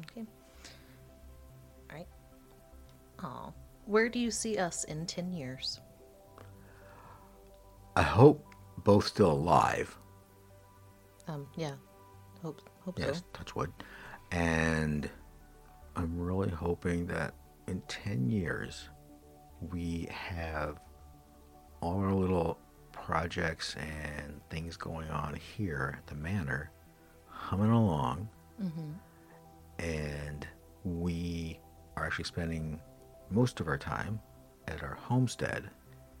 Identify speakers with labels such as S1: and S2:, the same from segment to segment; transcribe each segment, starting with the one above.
S1: Okay. All right. Oh, where do you see us in ten years?
S2: I hope both still alive.
S1: Um, yeah. Hope, hope
S2: Yes,
S1: so.
S2: touch wood. And I'm really hoping that in 10 years, we have all our little projects and things going on here at the manor humming along.
S1: Mm-hmm.
S2: And we are actually spending most of our time at our homestead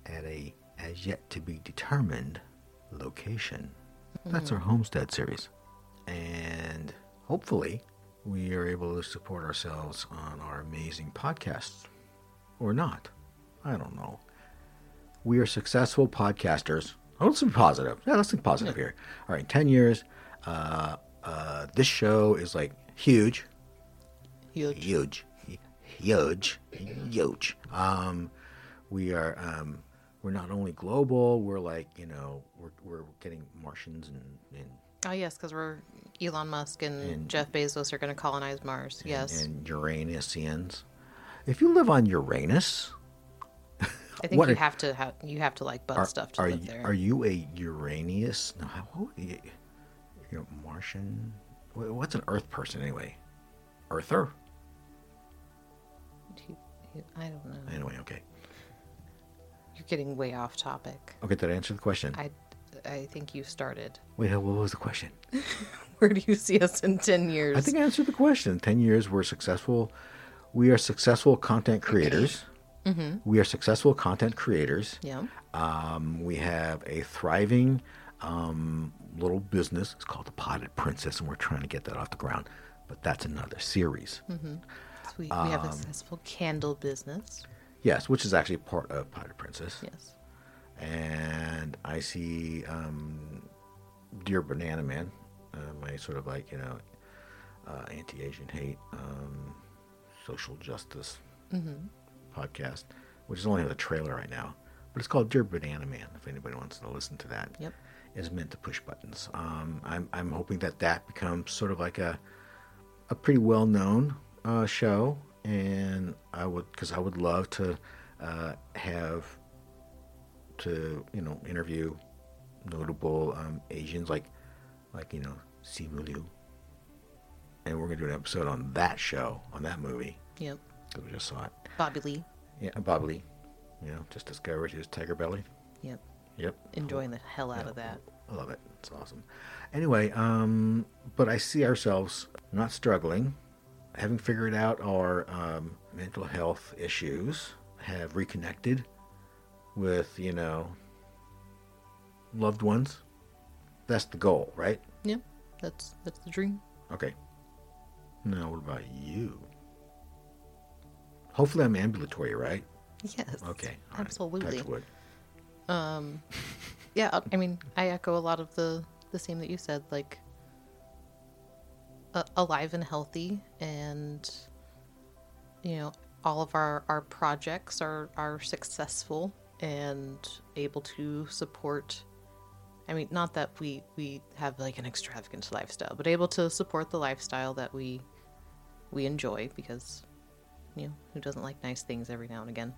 S2: at a as yet to be determined location.
S1: Mm-hmm.
S2: That's our homestead series and hopefully we are able to support ourselves on our amazing podcasts or not. I don't know. We are successful podcasters. Oh, let's be positive. Yeah, let's think positive here. All right, 10 years. Uh, uh, this show is like huge
S1: Huge.
S2: huge, huge, huge. Um, we are um, we're not only global. We're like you know we're, we're getting Martians and, and
S1: Oh yes, because we're Elon Musk and,
S2: And-
S1: Jeff Bezos are going to colonize Mars. yes,
S2: and Uranusians. If you live on Uranus,
S1: I think
S2: what
S1: you
S2: are-
S1: have to have you have to like butt
S2: are,
S1: stuff to
S2: are,
S1: live
S2: you,
S1: there.
S2: are you a Uranus? No, how what would you, you're a Martian. Wha- What's an Earth person anyway? Earther?
S1: Do you- you- I don't know.
S2: Anyway, okay.
S1: You're getting way off topic.
S2: Okay, did I answer the question?
S1: I I think you started.
S2: Wait, what was the question?
S1: Where do you see us in ten years?
S2: I think I answered the question. Ten years, we're successful. We are successful content creators.
S1: Mm-hmm.
S2: We are successful content creators.
S1: Yeah.
S2: Um, we have a thriving um, little business. It's called the Potted Princess, and we're trying to get that off the ground. But that's another series.
S1: We, we have
S2: Um,
S1: a successful candle business.
S2: Yes, which is actually part of Potted Princess.
S1: Yes.
S2: and I see um, Dear Banana Man, uh, my sort of like, you know, uh, anti Asian hate, um, social justice podcast, which is only the trailer right now, but it's called Dear Banana Man, if anybody wants to listen to that.
S1: Yep.
S2: It's meant to push buttons. Um, I'm, I'm hoping that that becomes sort of like a, a pretty well known uh, show. And I would, because I would love to uh, have to you know interview notable um, Asians like like you know Simu Liu, and we're gonna do an episode on that show on that movie
S1: Yep.
S2: 'cause we just saw it.
S1: Bobby Lee.
S2: Yeah, and Bob Lee, you know, just discovered his tiger belly.
S1: Yep.
S2: Yep,
S1: Enjoying the hell out of that.
S2: I love it. It's awesome. Anyway, um, but I see ourselves not struggling, having figured out our um, mental health issues, have reconnected with you know loved ones. That's the goal, right?
S1: Yep. That's that's the dream.
S2: Okay. Now, what about you? Hopefully, I'm ambulatory, right?
S1: Yes.
S2: Okay. all right.
S1: Absolutely.
S2: Touch wood.
S1: yeah I- i mean i echo a lot of the the same that you said like uh, alive and healthy and you know all of our our projects are are successful and able to support i mean not that we we have like an extravagant lifestyle but able to support the lifestyle that we we enjoy because you know who doesn't like nice things every now and again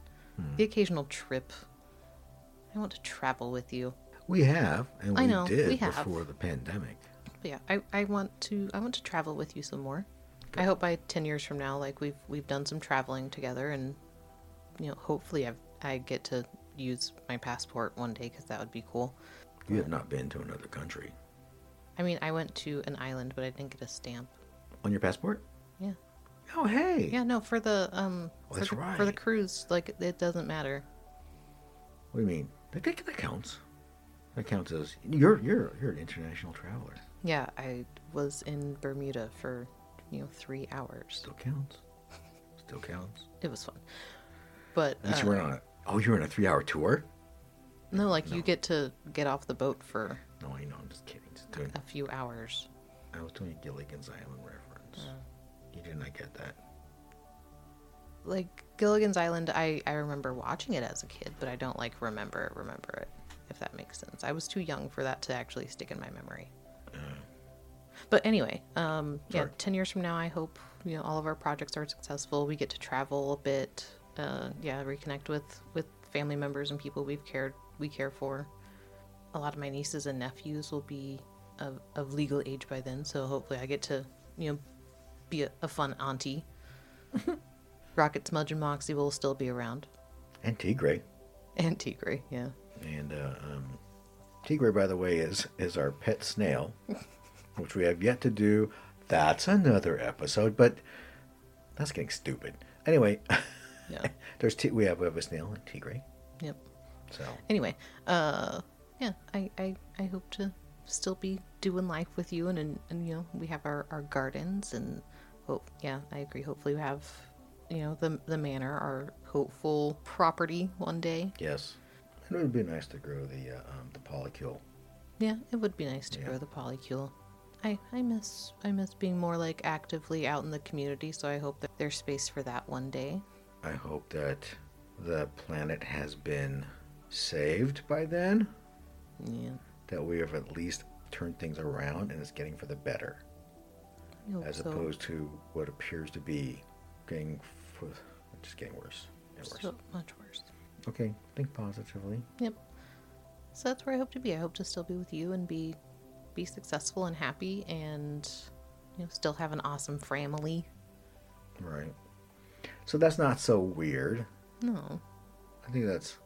S1: the occasional trip i want to travel with you
S2: We have, and we
S1: I know,
S2: did
S1: we have.
S2: before the pandemic.
S1: But yeah, I, I want to I want to travel with you some more. I hope by ten years from now, like we've we've done some traveling together, and you know, hopefully I I get to use my passport one day because that would be cool.
S2: You have not been to another country.
S1: I mean, I went to an island, but I didn't get a stamp.
S2: On your passport?
S1: Yeah,
S2: Oh, hey.
S1: yeah, no, for the um
S2: Oh,
S1: for,
S2: that's
S1: the, for the
S2: right.
S1: uh,
S2: oh,
S1: But anyway, um, yeah,
S2: Sorry.
S1: ten years from now, I hope you know all of our projects are successful. We get to travel a bit. Uh, yeah, reconnect with with family members and people we've cared we care for. A lot of my nieces and nephews will be of, of legal age by then, so hopefully I get to you know be a, a fun auntie. Rocket Smudge and Moxie will still be around,
S2: And Tigray.
S1: and Tigray, yeah.
S2: And uh, um, Tigray, by the way, is is our pet snail, which we have yet to do. That's another episode, but that's getting stupid. Anyway,
S1: Yeah.
S2: there's t- we have we have a snail and Tigray,
S1: Yep.
S2: so
S1: Anyway, uh, yeah, I, I, I hope to still be doing life with you, and and, and you know we have our, our gardens, and hope yeah, I agree. Hopefully, we have you know the the manor, our hopeful property one day.
S2: yes, and it would be nice to grow the uh, um, the polycule.
S1: Yeah, it would be nice to
S2: Yeah.
S1: grow the polycule. I, I miss I miss being more like actively out in the community, so I hope that there's space for that one day.
S2: I hope that the planet has been saved by then.
S1: Yeah,
S2: That we have at least turned things around and it's getting for the better.
S1: I hope
S2: as
S1: so.
S2: opposed to what appears to be getting f- just getting worse and worse.
S1: so much worse.
S2: Okay, think positively.
S1: Yep. So that's where I hope to be. I hope to still be with you and be be successful and happy and you know still have an awesome family.
S2: Right. So that's not so weird.
S1: No.
S2: I think that's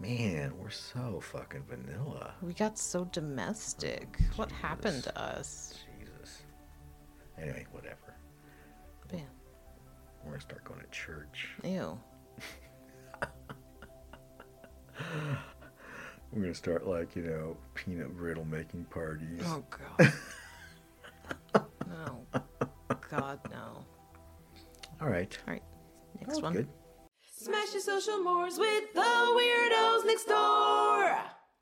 S2: man, we're so fucking vanilla.
S1: We got so domestic. What happened to us?
S2: Jesus. Anyway, whatever.
S1: Man,
S2: We're gonna start going to church.
S1: ew.
S2: We're gonna start like, you know, peanut brittle making parties.
S1: Oh god. no. God no.
S2: All right.
S1: Alright. Next
S2: That's
S1: one.
S2: good.
S3: Smash your social mores with the weirdos next door.